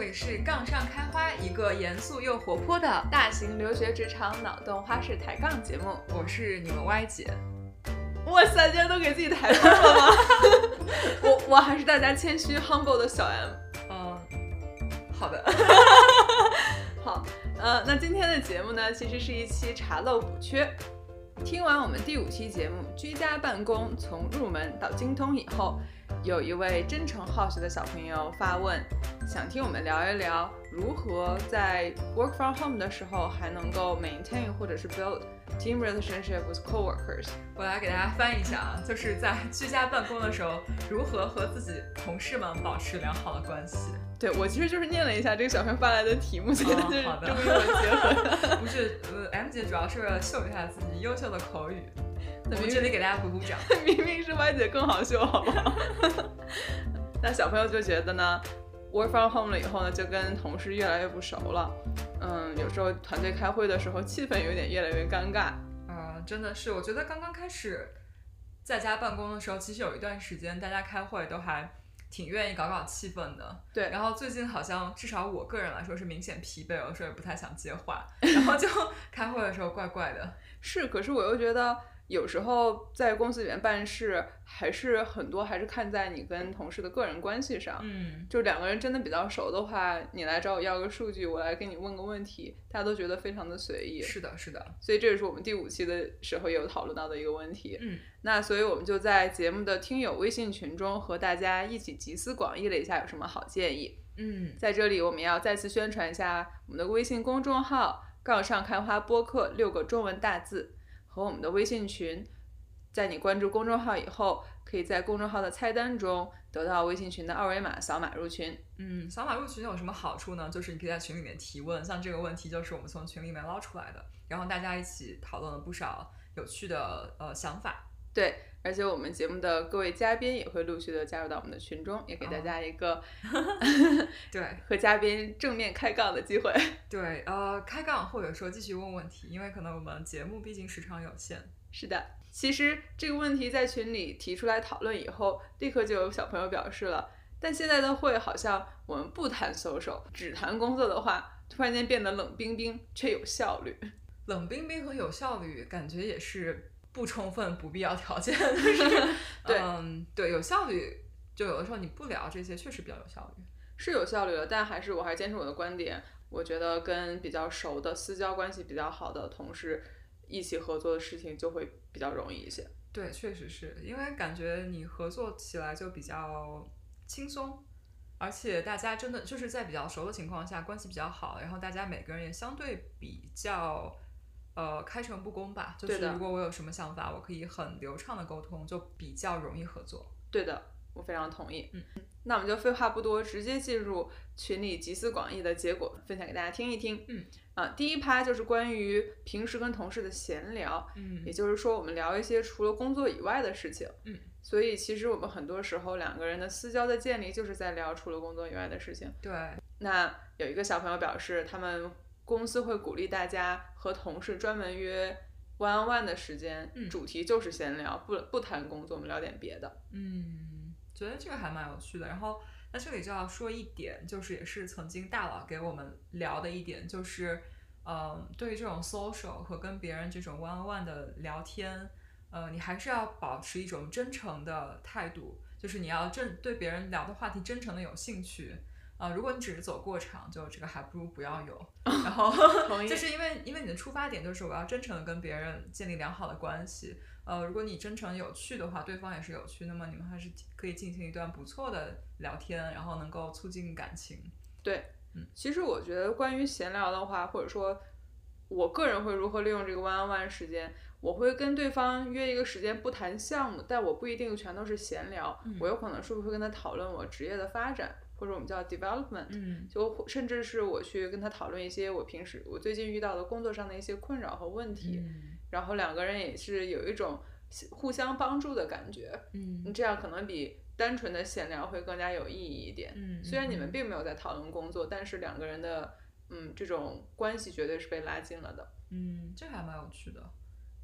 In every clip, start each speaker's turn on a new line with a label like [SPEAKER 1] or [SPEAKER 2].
[SPEAKER 1] 里是《杠上开花》，一个严肃又活泼的
[SPEAKER 2] 大型留学职场脑洞花式抬杠节目。
[SPEAKER 1] 我是你们 Y 姐。
[SPEAKER 2] 哇塞，竟然都给自己抬杠 了吗？我我还是大家谦虚 humble 的小 M。
[SPEAKER 1] 嗯，好的。
[SPEAKER 2] 好，呃，那今天的节目呢，其实是一期查漏补缺。听完我们第五期节目《居家办公从入门到精通》以后，有一位真诚好学的小朋友发问，想听我们聊一聊如何在 work from home 的时候还能够 maintain 或者是 build team relationship with coworkers。
[SPEAKER 1] 我来给大家翻译一下啊，就是在居家办公的时候，如何和自己同事们保持良好的关系。
[SPEAKER 2] 对我其实就是念了一下这个小朋友发来的题目，觉得就
[SPEAKER 1] 哦嗯
[SPEAKER 2] 是
[SPEAKER 1] 好的
[SPEAKER 2] 中英文结合。
[SPEAKER 1] 不是，呃，M 姐主要是为了秀一下自己优秀的口语。我
[SPEAKER 2] 怎么
[SPEAKER 1] 们这里给大家鼓鼓掌。
[SPEAKER 2] 明明是歪姐更好秀，好不好？ 那小朋友就觉得呢，work from home 了以后呢，就跟同事越来越不熟了。嗯，有时候团队开会的时候，气氛有点越来越尴尬。
[SPEAKER 1] 嗯，真的是，我觉得刚刚开始在家办公的时候，其实有一段时间大家开会都还挺愿意搞搞气氛的。
[SPEAKER 2] 对
[SPEAKER 1] 然后最近好像至少我个人来说是明显疲惫，有时候也不太想接话，然后就 开会的时候怪怪的。
[SPEAKER 2] 是，可是我又觉得有时候在公司里面办事，还是很多还是看在你跟同事的个人关系上。
[SPEAKER 1] 嗯，
[SPEAKER 2] 就两个人真的比较熟的话，你来找我要个数据，我来跟你问个问题，大家都觉得非常的随意。
[SPEAKER 1] 是的，是的。
[SPEAKER 2] 所以这也是我们第五期的时候也有讨论到的一个问题。
[SPEAKER 1] 嗯，
[SPEAKER 2] 那所以我们就在节目的听友微信群中和大家一起集思广益了一下有什么好建议。
[SPEAKER 1] 嗯，
[SPEAKER 2] 在这里，我们要再次宣传一下我们的微信公众号“杠上开花播客”六个中文大字和我们的微信群。在你关注公众号以后，可以在公众号的菜单中得到微信群的二维码，扫码入群。
[SPEAKER 1] 嗯，扫码入群有什么好处呢？就是你可以在群里面提问，像这个问题就是我们从群里面捞出来的，然后大家一起讨论了不少有趣的呃想法。
[SPEAKER 2] 对，而且我们节目的各位嘉宾也会陆续的加入到我们的群中，也给大家一个
[SPEAKER 1] 对
[SPEAKER 2] 和嘉宾正面开杠的机会。
[SPEAKER 1] 对，呃，开杠或者说继续问问题，因为可能我们节目毕竟时长有限。
[SPEAKER 2] 是的，其实这个问题在群里提出来讨论以后，立刻就有小朋友表示了。但现在的会好像我们不谈 social，只谈工作的话，突然间变得冷冰冰却有效率。
[SPEAKER 1] 冷冰冰和有效率，感觉也是不充分不必要条件。就是
[SPEAKER 2] 对
[SPEAKER 1] 嗯，对，有效率，就有的时候你不聊这些，确实比较有效率。
[SPEAKER 2] 是有效率了，但还是我还坚持我的观点，我觉得跟比较熟的私交关系比较好的同事一起合作的事情就会比较容易一些。
[SPEAKER 1] 对，确实是因为感觉你合作起来就比较轻松，而且大家真的就是在比较熟的情况下，关系比较好，然后大家每个人也相对比较呃开诚布公吧。就
[SPEAKER 2] 对
[SPEAKER 1] 是
[SPEAKER 2] 的
[SPEAKER 1] 如果我有什么想法，我可以很流畅的沟通，就比较容易合作。
[SPEAKER 2] 对的，我非常同意。
[SPEAKER 1] 嗯，
[SPEAKER 2] 那我们就废话不多，直接进入群里集思广益的结果分享给大家听一听。
[SPEAKER 1] 嗯，
[SPEAKER 2] 啊，第一趴就是关于平时跟同事的闲聊，
[SPEAKER 1] 嗯
[SPEAKER 2] 也就是说我们聊一些除了工作以外的事情。
[SPEAKER 1] 嗯，
[SPEAKER 2] 所以其实我们很多时候两个人的私交的建立就是在聊除了工作以外的事情。
[SPEAKER 1] 对，
[SPEAKER 2] 那有一个小朋友表示，他们公司会鼓励大家和同事专门约 one on one 的时间，
[SPEAKER 1] 嗯
[SPEAKER 2] 主题就是闲聊，不不谈工作，我们聊点别 的。
[SPEAKER 1] 嗯，觉得这个还蛮有趣的。然后在这里就要说一点，就是也是曾经大佬给我们聊的一点，就是，嗯，对于这种 social 和跟别人这种 one on one 的聊天，呃，你还是要保持一种真诚的态度，就是你要真对别人聊的话题真诚的有兴趣。啊、如果你只是走过场，就这个还不如不要有。然后
[SPEAKER 2] 同意
[SPEAKER 1] 就是因为因为你的出发点就是我要真诚的跟别人建立良好的关系。呃，如果你真诚有趣的话，对方也是有趣，那么你们还是可以进行一段不错的聊天，然后能够促进感情。嗯
[SPEAKER 2] 其实我觉得关于闲聊的话，或者说我个人会如何利用这个 one on one 时间，我会跟对方约一个时间不谈项目，但我不一定全都是闲聊，
[SPEAKER 1] 嗯
[SPEAKER 2] 我有可能是不是会跟他讨论我职业的发展，或者我们叫 development，、
[SPEAKER 1] 嗯
[SPEAKER 2] 就甚至是我去跟他讨论一些我平时我最近遇到的工作上的一些困扰和问题，
[SPEAKER 1] 嗯
[SPEAKER 2] 然后两个人也是有一种互相帮助的感觉，
[SPEAKER 1] 嗯
[SPEAKER 2] 这样可能比单纯的闲聊会更加有意义一点。
[SPEAKER 1] 嗯，
[SPEAKER 2] 虽然你们
[SPEAKER 1] 嗯
[SPEAKER 2] 并没有在讨论工作，但是两个人的嗯这种关系绝对是被拉近了的。
[SPEAKER 1] 嗯，这还蛮有趣的。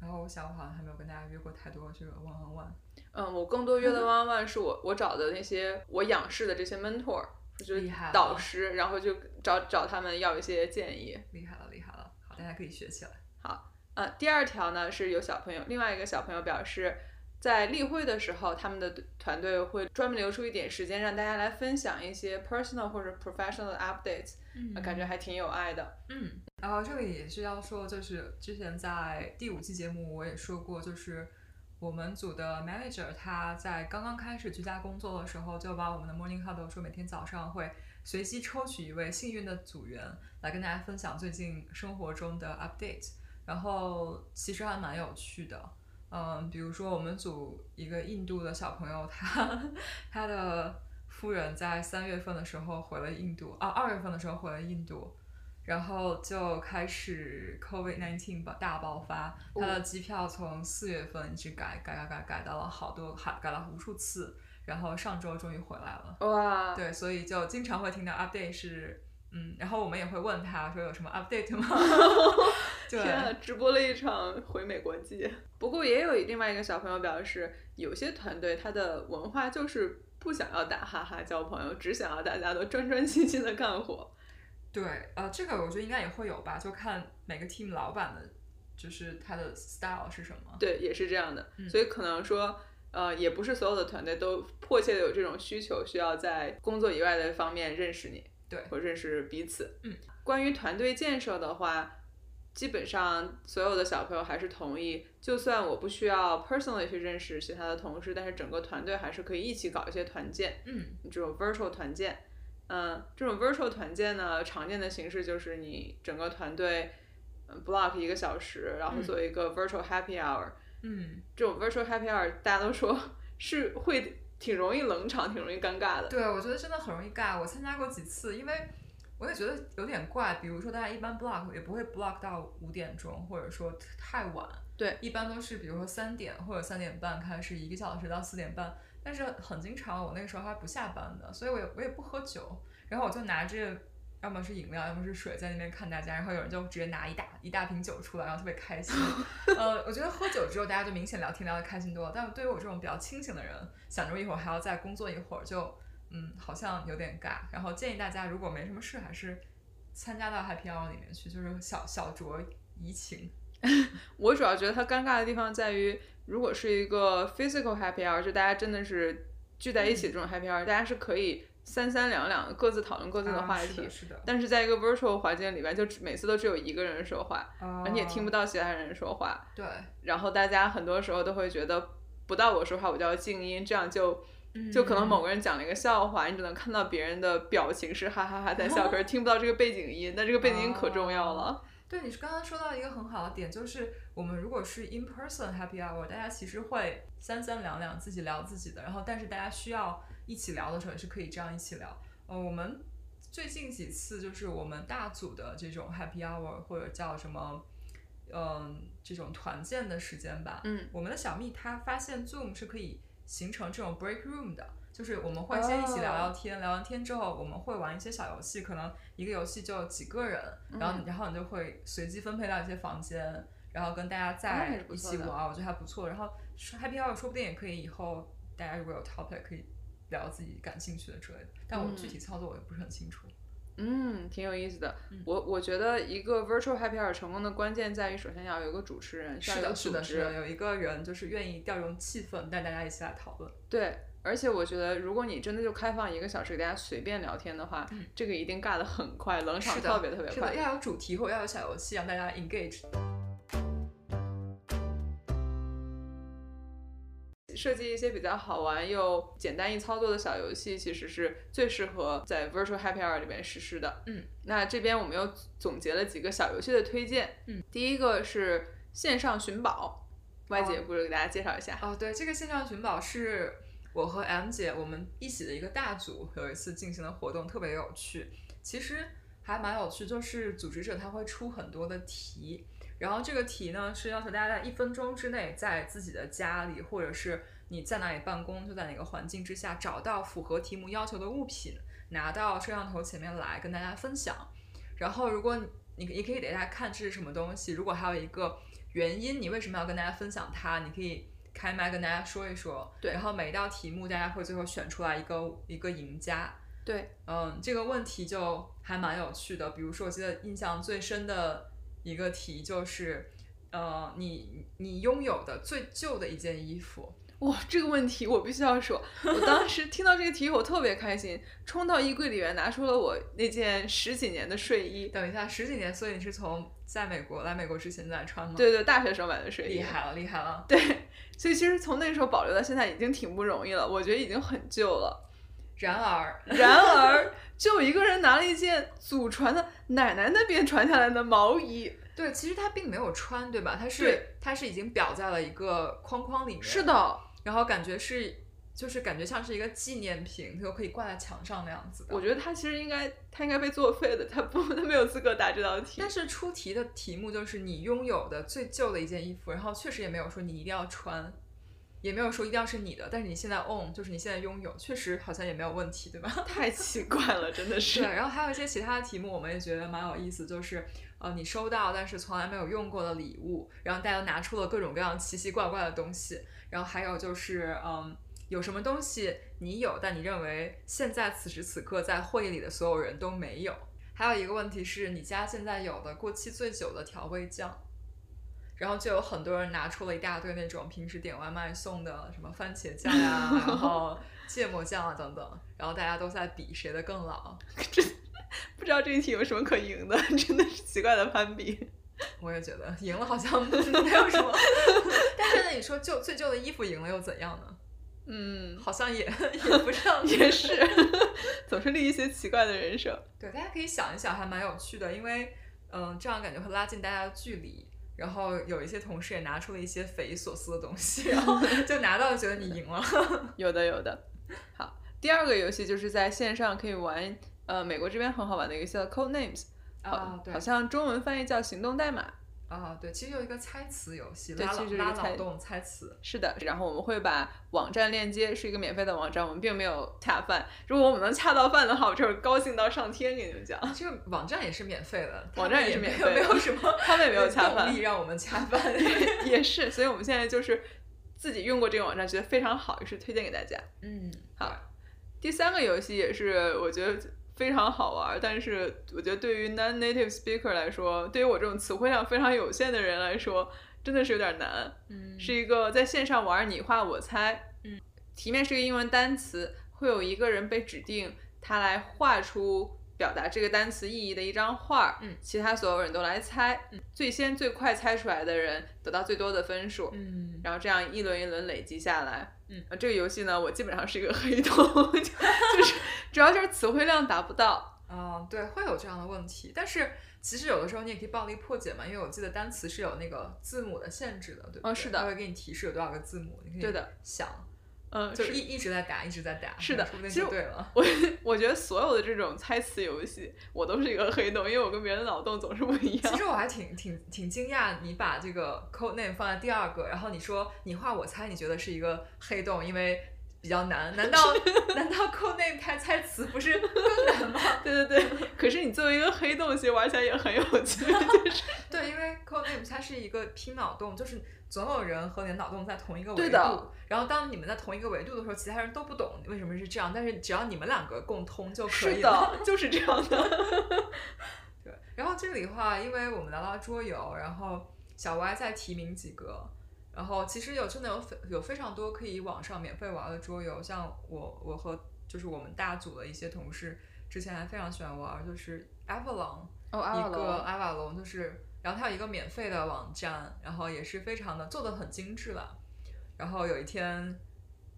[SPEAKER 1] 然后我想，我好像还没有跟大家约过太多这个 one on one。
[SPEAKER 2] 嗯，我更多约的 one on one 是我我找的那些我仰视的这些 mentor，就是
[SPEAKER 1] 厉害了
[SPEAKER 2] 导师，然后就找找他们要一些建议。
[SPEAKER 1] 厉害了，厉害了，好，大家可以学起来。
[SPEAKER 2] 呃，第二条呢是有小朋友，另外一个小朋友表示，在例会的时候，他们的团队会专门留出一点时间让大家来分享一些 personal 或者 professional 的 updates，、
[SPEAKER 1] 嗯
[SPEAKER 2] 呃感觉还挺有爱的。
[SPEAKER 1] 嗯，然后这里也是要说，就是之前在第五期节目我也说过，就是我们组的 manager 他在刚刚开始居家工作的时候，就把我们的 morning huddle 说每天早上会随机抽取一位幸运的组员来跟大家分享最近生活中的 update，然后其实还蛮有趣的。嗯，比如说我们组一个印度的小朋友，他他的夫人在三月份的时候回了印度，啊，二月份的时候回了印度，然后就开始 COVID nineteen 大爆发，他的机票从四月份一直改改改改改到了好多，还改了无数次，然后上周终于回来了。
[SPEAKER 2] 哇，
[SPEAKER 1] 对，所以就经常会听到 update 是，嗯，然后我们也会问他说有什么 update 吗？ 对，
[SPEAKER 2] 天啊，直播了一场回美国季。不过也有另外一个小朋友表示，有些团队他的文化就是不想要打哈哈交朋友，只想要大家都专专心心的干活。
[SPEAKER 1] 对，呃，这个我觉得应该也会有吧，就看每个 team 老板的，就是他的 style 是什么。
[SPEAKER 2] 对，也是这样的。
[SPEAKER 1] 嗯
[SPEAKER 2] 所以可能说，呃，也不是所有的团队都迫切的有这种需求，需要在工作以外的方面认识你，
[SPEAKER 1] 对
[SPEAKER 2] 或认识彼此。
[SPEAKER 1] 嗯，
[SPEAKER 2] 关于团队建设的话。基本上所有的小朋友还是同意，就算我不需要 personally 去认识其他的同事，但是整个团队还是可以一起搞一些团建。
[SPEAKER 1] 嗯，
[SPEAKER 2] 这种 virtual 团建。嗯，这种 virtual 团建呢，常见的形式就是你整个团队嗯 block 一个小时，然后
[SPEAKER 1] 嗯
[SPEAKER 2] 做一个 virtual happy hour。
[SPEAKER 1] 嗯，
[SPEAKER 2] 这种 virtual happy hour 大家都说 是会挺容易冷场，挺容易尴尬的。
[SPEAKER 1] 对，我觉得真的很容易尬。我参加过几次，因为我也觉得有点怪。比如说，大家一般 block 也不会 block 到五点钟，或者说太晚。
[SPEAKER 2] 对，
[SPEAKER 1] 一般都是比如说三点或者三点半开始，一个小时到四点半。但是很经常，我那个时候还不下班的，所以我也我也不喝酒，然后我就拿着。要么是饮料，要么是水，在那边看大家，然后有人就直接拿一大一大瓶酒出来，然后特别开心。呃，我觉得喝酒之后大家就明显聊天聊得开心多了，但是对于我这种比较清醒的人，想着一会儿还要再工作一会儿，就嗯好像有点尬。然后建议大家如果没什么事，还是参加到 Happy Hour 里面去，就是小小酌怡情。
[SPEAKER 2] 我主要觉得它尴尬的地方在于，如果是一个 physical happy hour，就大家真的是聚在一
[SPEAKER 1] 嗯
[SPEAKER 2] 起这种 happy hour，、大家是可以三三两两各自讨论各自的话
[SPEAKER 1] 啊、是
[SPEAKER 2] 题。
[SPEAKER 1] 的，是的，
[SPEAKER 2] 但是在一个 virtual 环境里边，就只每次都只有一个人说话，
[SPEAKER 1] 而
[SPEAKER 2] 而且也听不到其他人说话。
[SPEAKER 1] 哦对，
[SPEAKER 2] 然后大家很多时候都会觉得，不到我说话我就要静音，这样就
[SPEAKER 1] 嗯
[SPEAKER 2] 就可能某个人讲了一个笑话，你只能看到别人的表情是哈哈哈在笑，可是听不到这个背景音，但这个背景音可重要了。
[SPEAKER 1] 对，你是刚刚说到一个很好的点，就是我们如果是 in person happy hour，大家其实会三三两两自己聊自己的，然后但是大家需要一起聊的时候也是可以这样一起聊。呃，我们最近几次就是我们大组的这种 happy hour 或者叫什么，嗯、这种团建的时间吧，
[SPEAKER 2] 嗯，
[SPEAKER 1] 我们的小蜜她发现 Zoom 是可以形成这种 break room 的，就是我们会先一起聊
[SPEAKER 2] 哦
[SPEAKER 1] 聊天聊完天之后，我们会玩一些小游戏，可能一个游戏就几个人，然后
[SPEAKER 2] 嗯
[SPEAKER 1] 你然后你就会随机分配到一些房间，然后跟大家
[SPEAKER 2] 哦那还
[SPEAKER 1] 在
[SPEAKER 2] 是不
[SPEAKER 1] 一
[SPEAKER 2] 错
[SPEAKER 1] 起
[SPEAKER 2] 的
[SPEAKER 1] 玩，我觉得还不错。然后说 happy hour 说不定也可以以后大家如果有 topic 可以聊自己感兴趣的之类的，但我
[SPEAKER 2] 嗯
[SPEAKER 1] 具体操作我也不是很清楚。
[SPEAKER 2] 嗯，挺有意思的
[SPEAKER 1] 嗯。
[SPEAKER 2] 我我觉得一个 virtual happy hour 成功的关键在于，首先要有一个主持人，需
[SPEAKER 1] 是
[SPEAKER 2] 要有一个
[SPEAKER 1] 的，是
[SPEAKER 2] 组
[SPEAKER 1] 的，是的，
[SPEAKER 2] 织，
[SPEAKER 1] 有一个人就是愿意调动气氛，带大家一起来讨论。
[SPEAKER 2] 对。而且我觉得，如果你真的就开放一个小时给大家随便聊天的话，
[SPEAKER 1] 嗯
[SPEAKER 2] 这个一定尬得很快，冷场
[SPEAKER 1] 是的
[SPEAKER 2] 特别特别
[SPEAKER 1] 是
[SPEAKER 2] 快
[SPEAKER 1] 的，。要有主题或者要有小游戏让大家 engage。
[SPEAKER 2] 设计一些比较好玩又简单易操作的小游戏，其实是最适合在 Virtual Happy Hour 里面实施的。
[SPEAKER 1] 嗯，
[SPEAKER 2] 那这边我们又总结了几个小游戏的推荐。
[SPEAKER 1] 嗯，
[SPEAKER 2] 第一个是线上寻宝，y 姐不如给大家介绍一下。
[SPEAKER 1] 哦，对，这个线上寻宝是我和 M 姐我们一起的一个大组有一次进行的活动，特别有趣。其实还蛮有趣，就是组织者他会出很多的题，然后这个题呢是要求大家在一分钟之内，在自己的家里或者是你在哪里办公，就在哪个环境之下找到符合题目要求的物品，拿到摄像头前面来跟大家分享。然后如果你你可你可以给大家看这是什么东西，如果还有一个原因，你为什么要跟大家分享它，你可以开麦跟大家说一说。
[SPEAKER 2] 对
[SPEAKER 1] 然后每一道题目大家会最后选出来一个一个赢家。
[SPEAKER 2] 对，
[SPEAKER 1] 嗯，这个问题就还蛮有趣的。比如说，我记得印象最深的一个题就是，呃，你你拥有的最旧的一件衣服，
[SPEAKER 2] 哇，这个问题我必须 要说，我当时听到这个题我特别开心，冲到衣柜里面拿出了我那件十几年的睡衣，
[SPEAKER 1] 等一下十几年，所以你是从在美国来美国之前在穿吗？，
[SPEAKER 2] 对对，大学时候买的睡衣，
[SPEAKER 1] 厉害了，厉害了。
[SPEAKER 2] 所以其实从那时候保留到现在已经挺不容易了，我觉得已经很旧了。
[SPEAKER 1] 然 而，
[SPEAKER 2] 然而，就一个人拿了一件祖传的奶奶那边传下来的毛衣，
[SPEAKER 1] 对，其实他并没有穿，对吧？他
[SPEAKER 2] 对
[SPEAKER 1] 是他是已经裱在了一个框框里面，
[SPEAKER 2] 是，的，
[SPEAKER 1] 然后感觉是就是感觉像是一个纪念品，就可以挂在墙上那样子的。
[SPEAKER 2] 我觉得他其实应该，他应该被作废的，他不，他没有资格答这道题
[SPEAKER 1] 但。是出题的题目就是你拥有的最旧的一件衣服，然后确实也没有说你一定要穿，也没有说一定要是你的，但是你现在 own 就是你现在拥有，确实好像也没有问题，对吧？
[SPEAKER 2] 太奇怪了，真的
[SPEAKER 1] 对，
[SPEAKER 2] 是。
[SPEAKER 1] 然后还有一些其他的题目，我们也觉得蛮有意思，就是呃，你收到但是从来没有用过的礼物，然后大家拿出了各种各样奇奇怪怪的东西，然后还有就是嗯，有什么东西你有，但你认为现在此时此刻在会议里的所有人都没有。还有一个问题是你家现在有的过期最久的调味酱。然后就有很多人拿出了一大堆那种平时点外卖送的什么番茄酱呀、然后芥末酱啊等等，然后大家都在比谁的更老。
[SPEAKER 2] 不知道这一题有什么可赢的， 真的是奇怪的攀比。
[SPEAKER 1] 我也觉得赢了好像 没有什么，但是呢，你说旧最旧的衣服赢了又怎样呢？
[SPEAKER 2] 嗯，
[SPEAKER 1] 好像也也不是这样子
[SPEAKER 2] 也是，总是立一些奇怪的人设。
[SPEAKER 1] 对，大家可以想一想，还蛮有趣的，因为嗯，这样感觉会拉近大家的距离。然后有一些同事也拿出了一些匪夷所思的东西，然 后就拿到觉得你赢了。
[SPEAKER 2] 有的，有的。好，第二个游戏就是在线上可以玩，呃，美国这边很好玩的一个游戏叫 Code Names，好、
[SPEAKER 1] 啊，对
[SPEAKER 2] 好像中文翻译叫行动代码。
[SPEAKER 1] 啊，对，其实有一个猜词游戏，
[SPEAKER 2] 对
[SPEAKER 1] 拉
[SPEAKER 2] 其
[SPEAKER 1] 脑
[SPEAKER 2] 实就是
[SPEAKER 1] 拉
[SPEAKER 2] 猜
[SPEAKER 1] 脑洞猜词。
[SPEAKER 2] 是的，然后我们会把网站链接是一个免费的网站，我们并没有恰饭。如果我们能恰到饭的话，我就是高兴到上天给你们讲。
[SPEAKER 1] 这个网站也是免费的，
[SPEAKER 2] 网
[SPEAKER 1] 他们
[SPEAKER 2] 站也
[SPEAKER 1] 也
[SPEAKER 2] 是
[SPEAKER 1] 没
[SPEAKER 2] 免
[SPEAKER 1] 有
[SPEAKER 2] 费的
[SPEAKER 1] 没有什么
[SPEAKER 2] 他们也没有恰
[SPEAKER 1] 动
[SPEAKER 2] 饭
[SPEAKER 1] 力，让我们恰饭。
[SPEAKER 2] 也是，所以我们现在就是自己用过这个网站，觉得非常好，于是推荐给大家。
[SPEAKER 1] 嗯，
[SPEAKER 2] 好，第三个游戏也是我觉得非常好玩，但是我觉得对于 non-native speaker 来说，对于我这种词汇量非常有限的人来说，真的是有点难。
[SPEAKER 1] 嗯，
[SPEAKER 2] 是一个在线上玩你画我猜，
[SPEAKER 1] 嗯，
[SPEAKER 2] 题面是个英文单词，会有一个人被指定他来画出表达这个单词意义的一张画，
[SPEAKER 1] 嗯，
[SPEAKER 2] 其他所有人都来猜，最先最快猜出来的人得到最多的分数，
[SPEAKER 1] 嗯，
[SPEAKER 2] 然后这样一轮一轮累积下来，
[SPEAKER 1] 嗯
[SPEAKER 2] 呃，这个游戏呢，我基本上是一个黑洞， 就就是主要就是词汇量达不到，
[SPEAKER 1] 嗯，对，会有这样的问题，但是其实有的时候你也可以暴力破解嘛，因为我记得单词是有那个字母的限制的，对不对？
[SPEAKER 2] 哦是的
[SPEAKER 1] 它会给你提示有多少个字母，你可以
[SPEAKER 2] 对的
[SPEAKER 1] 想，
[SPEAKER 2] 嗯，
[SPEAKER 1] 就是一一直在打，一直在打，
[SPEAKER 2] 是的
[SPEAKER 1] 说不定
[SPEAKER 2] 其实
[SPEAKER 1] 就对了。
[SPEAKER 2] 我我觉得所有的这种猜词游戏，我都是一个黑洞，因为我跟别人的脑洞总是不一
[SPEAKER 1] 其
[SPEAKER 2] 样。
[SPEAKER 1] 实我还挺挺挺惊讶，你把这个 code name 放在第二个，然后你说你画我猜，你觉得是一个黑洞，因为比较难。难 道难道 code name 开猜词不是更难吗？
[SPEAKER 2] 对对对，可是你作为一个黑洞，其实玩起来也很有 趣，就是
[SPEAKER 1] 对，因为 code name 它是一个拼脑洞，就是总有人和你的脑洞在同一个维
[SPEAKER 2] 对
[SPEAKER 1] 度。
[SPEAKER 2] 的
[SPEAKER 1] 然后当你们在同一个维度的时候，其他人都不懂为什么是这样，但是只要你们两个共通就可
[SPEAKER 2] 是
[SPEAKER 1] 以了。
[SPEAKER 2] 的，就是这样的。
[SPEAKER 1] 对。然后这里的话，因为我们聊到桌游，然后小歪再提名几个。然后其实有真的有非有非常多可以网上免费玩的桌游，像我我和就是我们大组的一些同事之前还非常喜欢玩，就是 Avalon，
[SPEAKER 2] 哦，
[SPEAKER 1] 一个阿瓦隆，就是然后它有一个免费的网站，然后也是非常的做的很精致了。然后有一天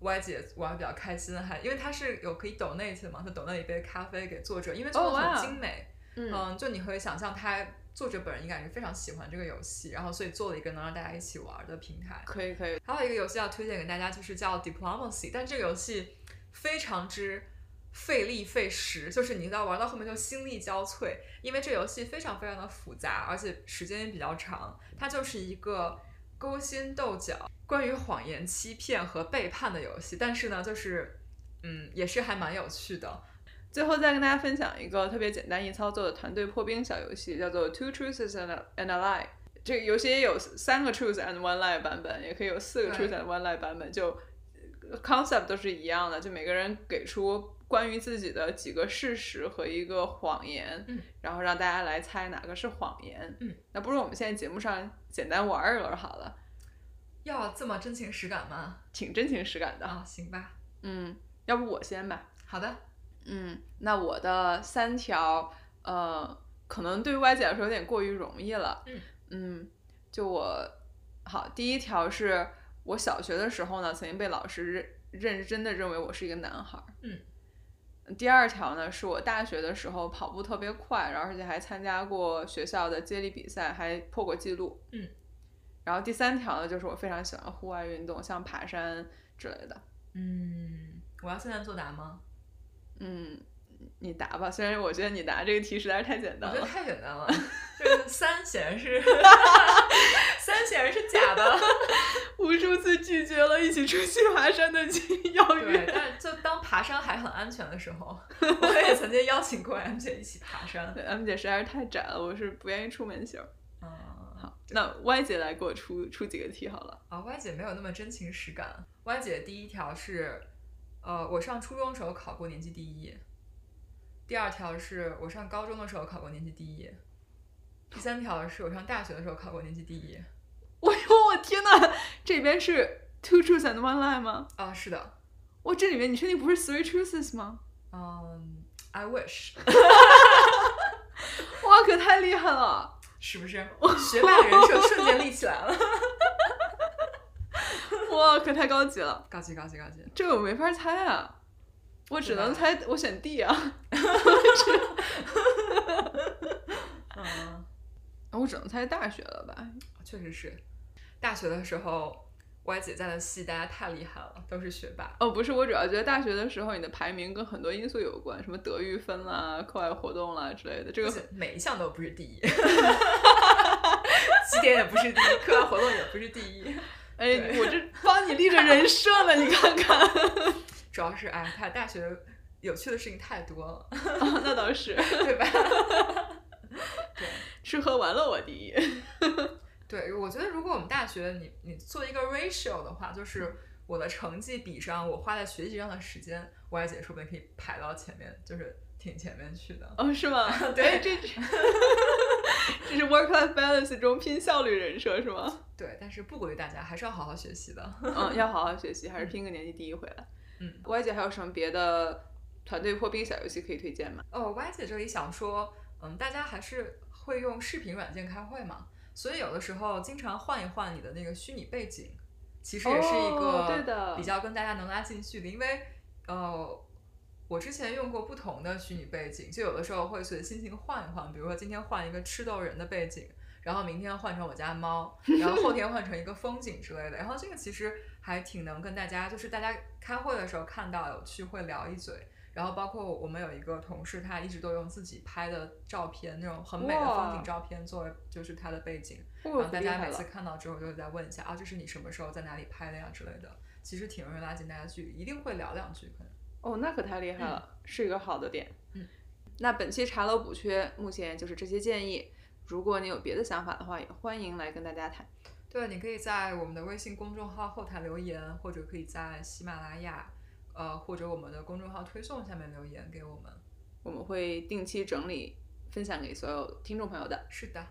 [SPEAKER 1] ，Y 姐玩的比较开心，还因为它是有可以 donate 的嘛，就 donate 一杯咖啡给作者，因为做的
[SPEAKER 2] 哦哇
[SPEAKER 1] 很精美。
[SPEAKER 2] 嗯，
[SPEAKER 1] 嗯，就你可以想象他。作者本人应该是非常喜欢这个游戏，然后所以做了一个能让大家一起玩的平台。
[SPEAKER 2] 可以可以，
[SPEAKER 1] 还有一个游戏要推荐给大家，就是叫 Diplomacy，但这个游戏非常之费力费时，就是你到玩到后面就心力交瘁，因为这游戏非常非常的复杂，而且时间也比较长，它就是一个勾心斗角、关于谎言、欺骗和背叛的游戏。但是呢，就是嗯，也是还蛮有趣的。
[SPEAKER 2] 最后再跟大家分享一个特别简单易操作的团队破冰小游戏，叫做 Two Truths and a, and a Lie。这个游戏也有三个 Truth and One Lie 版本，也可以有四个
[SPEAKER 1] 对
[SPEAKER 2] Truth and One Lie 版本，就呃 concept 都是一样的，就每个人给出关于自己的几个事实和一个谎言，
[SPEAKER 1] 嗯
[SPEAKER 2] 然后让大家来猜哪个是谎言。
[SPEAKER 1] 嗯，
[SPEAKER 2] 那不如我们现在节目上简单玩一玩好了，
[SPEAKER 1] 要这么真情实感吗？
[SPEAKER 2] 挺真情实感的。
[SPEAKER 1] 啊、行吧，
[SPEAKER 2] 嗯，要不我先吧。
[SPEAKER 1] 好的，
[SPEAKER 2] 嗯，那我的三条，呃，可能对于 Y 姐来说有点过于容易了。
[SPEAKER 1] 嗯
[SPEAKER 2] 嗯就我好，第一条是我小学的时候呢，曾经被老师认认真的认为我是一个男孩。
[SPEAKER 1] 嗯。
[SPEAKER 2] 第二条呢，是我大学的时候跑步特别快，然后而且还参加过学校的接力比赛，还破过记录。
[SPEAKER 1] 嗯。
[SPEAKER 2] 然后第三条呢，就是我非常喜欢户外运动，像爬山之类的。
[SPEAKER 1] 嗯，我要现在作答吗？
[SPEAKER 2] 嗯，你答吧。虽然我觉得你答这个题实在是太简
[SPEAKER 1] 我
[SPEAKER 2] 单
[SPEAKER 1] 觉得
[SPEAKER 2] 了。
[SPEAKER 1] 太简单了，就是三显然是三显然是假的。
[SPEAKER 2] 无数次拒绝了一起出去爬山的邀
[SPEAKER 1] 对，
[SPEAKER 2] 约。
[SPEAKER 1] 但就当爬山还很安全的时候，我也曾经邀请过 M 姐一起爬山。
[SPEAKER 2] 对，M 嗯姐实在是太窄了，我是不愿意出门型儿。
[SPEAKER 1] 嗯，
[SPEAKER 2] 好，那 Y 姐来给我出出几个题好了。
[SPEAKER 1] 啊，Y 姐没有那么真情实感。Y 姐第一条是，呃，我上初中的时候考过年级第一；第二条是我上高中的时候考过年级第一；第三条是我上大学的时候考过年级第一。
[SPEAKER 2] 我哟，我天呐，这边是 two truths and one lie 吗？
[SPEAKER 1] 啊，是的，
[SPEAKER 2] 哇，这里面你确定不是 three truths 吗？
[SPEAKER 1] 嗯，I wish，
[SPEAKER 2] 哇，可太厉害了！
[SPEAKER 1] 是不 是？学霸人设瞬间立起来了，
[SPEAKER 2] 哇，可太高级 了。
[SPEAKER 1] 高级高级高级。
[SPEAKER 2] 这个我没法猜啊，我
[SPEAKER 1] 对
[SPEAKER 2] 只
[SPEAKER 1] 吧
[SPEAKER 2] 能猜，我选 D 啊。
[SPEAKER 1] 嗯，
[SPEAKER 2] 我只能猜大学了吧？
[SPEAKER 1] 确实是。大学的时候，歪姐在的系大家太厉害了，都是学霸。
[SPEAKER 2] 哦，不是，我主要觉得大学的时候你的排名跟很多因素有关，什么德育分啦、课外活动啦之类的。这
[SPEAKER 1] 就
[SPEAKER 2] 个
[SPEAKER 1] 是 每一项都不是第 一，起点也不是第一， 课外活动也不是第一，
[SPEAKER 2] 哎，我这帮你立着人设了，你看看。
[SPEAKER 1] 主要是哎，他大学有趣的事情太多了，
[SPEAKER 2] 哦那倒 是，
[SPEAKER 1] 对 吧？
[SPEAKER 2] 吃喝玩乐我第一。
[SPEAKER 1] 对，我觉得如果我们大学你你做一个 ratio 的话，就是我的成绩比上我花在学习上的时间，歪姐说不定可以排到前面，就是挺前面去的。
[SPEAKER 2] 哦，是吗？
[SPEAKER 1] 对
[SPEAKER 2] 哎这这是 work-life balance 中拼效率人设是 吗？
[SPEAKER 1] 对，但是不鼓励大家，还是要好好学习的。
[SPEAKER 2] 嗯，要好好学习，还是拼个年级第一回来。
[SPEAKER 1] 嗯
[SPEAKER 2] 歪姐还有什么别的团队破冰小游戏可以推荐吗？
[SPEAKER 1] 哦，Y 姐这里想说，嗯，大家还是会用视频软件开会嘛，所以有的时候经常换一换你的那个虚拟背景，其实也是一
[SPEAKER 2] 哦对
[SPEAKER 1] 个
[SPEAKER 2] 的
[SPEAKER 1] 比较跟大家能拉近距离，因为呃，我之前用过不同的虚拟背景，就有的时候会随心情换一换，比如说今天换一个吃豆人的背景。然后明天换成我家猫，然后后天换成一个风景之类的，然后这个其实还挺能跟大家，就是大家开会的时候看到有去会聊一嘴，然后包括我们有一个同事，他一直都用自己拍的照片，那种很美的风景照片作为就是他的背景，
[SPEAKER 2] 然
[SPEAKER 1] 然后哦大家每次看到之后就会再问一下啊，这是你什么时候在哪里拍的呀之类的，其实挺容易拉近大家距离，一定会聊两句可能。
[SPEAKER 2] 哦，那可太厉害了，是一个好的点。
[SPEAKER 1] 嗯，
[SPEAKER 2] 那本期茶楼补缺目前就是这些建议。如果你有别的想法的话，也欢迎来跟大家谈。
[SPEAKER 1] 对，你可以在我们的微信公众号后台留言，或者可以在喜马拉雅，呃，或者我们的公众号推送下面留言给我们。
[SPEAKER 2] 我们会定期整理，分享给所有听众朋友的。
[SPEAKER 1] 是的，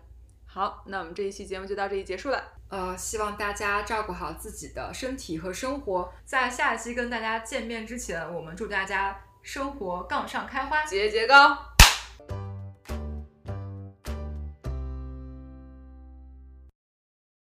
[SPEAKER 2] 好，那我们这一期节目就到这里结束了。
[SPEAKER 1] 呃，希望大家照顾好自己的身体和生活。在下一期跟大家见面之前，我们祝大家生活杠上开花。
[SPEAKER 2] 节节高。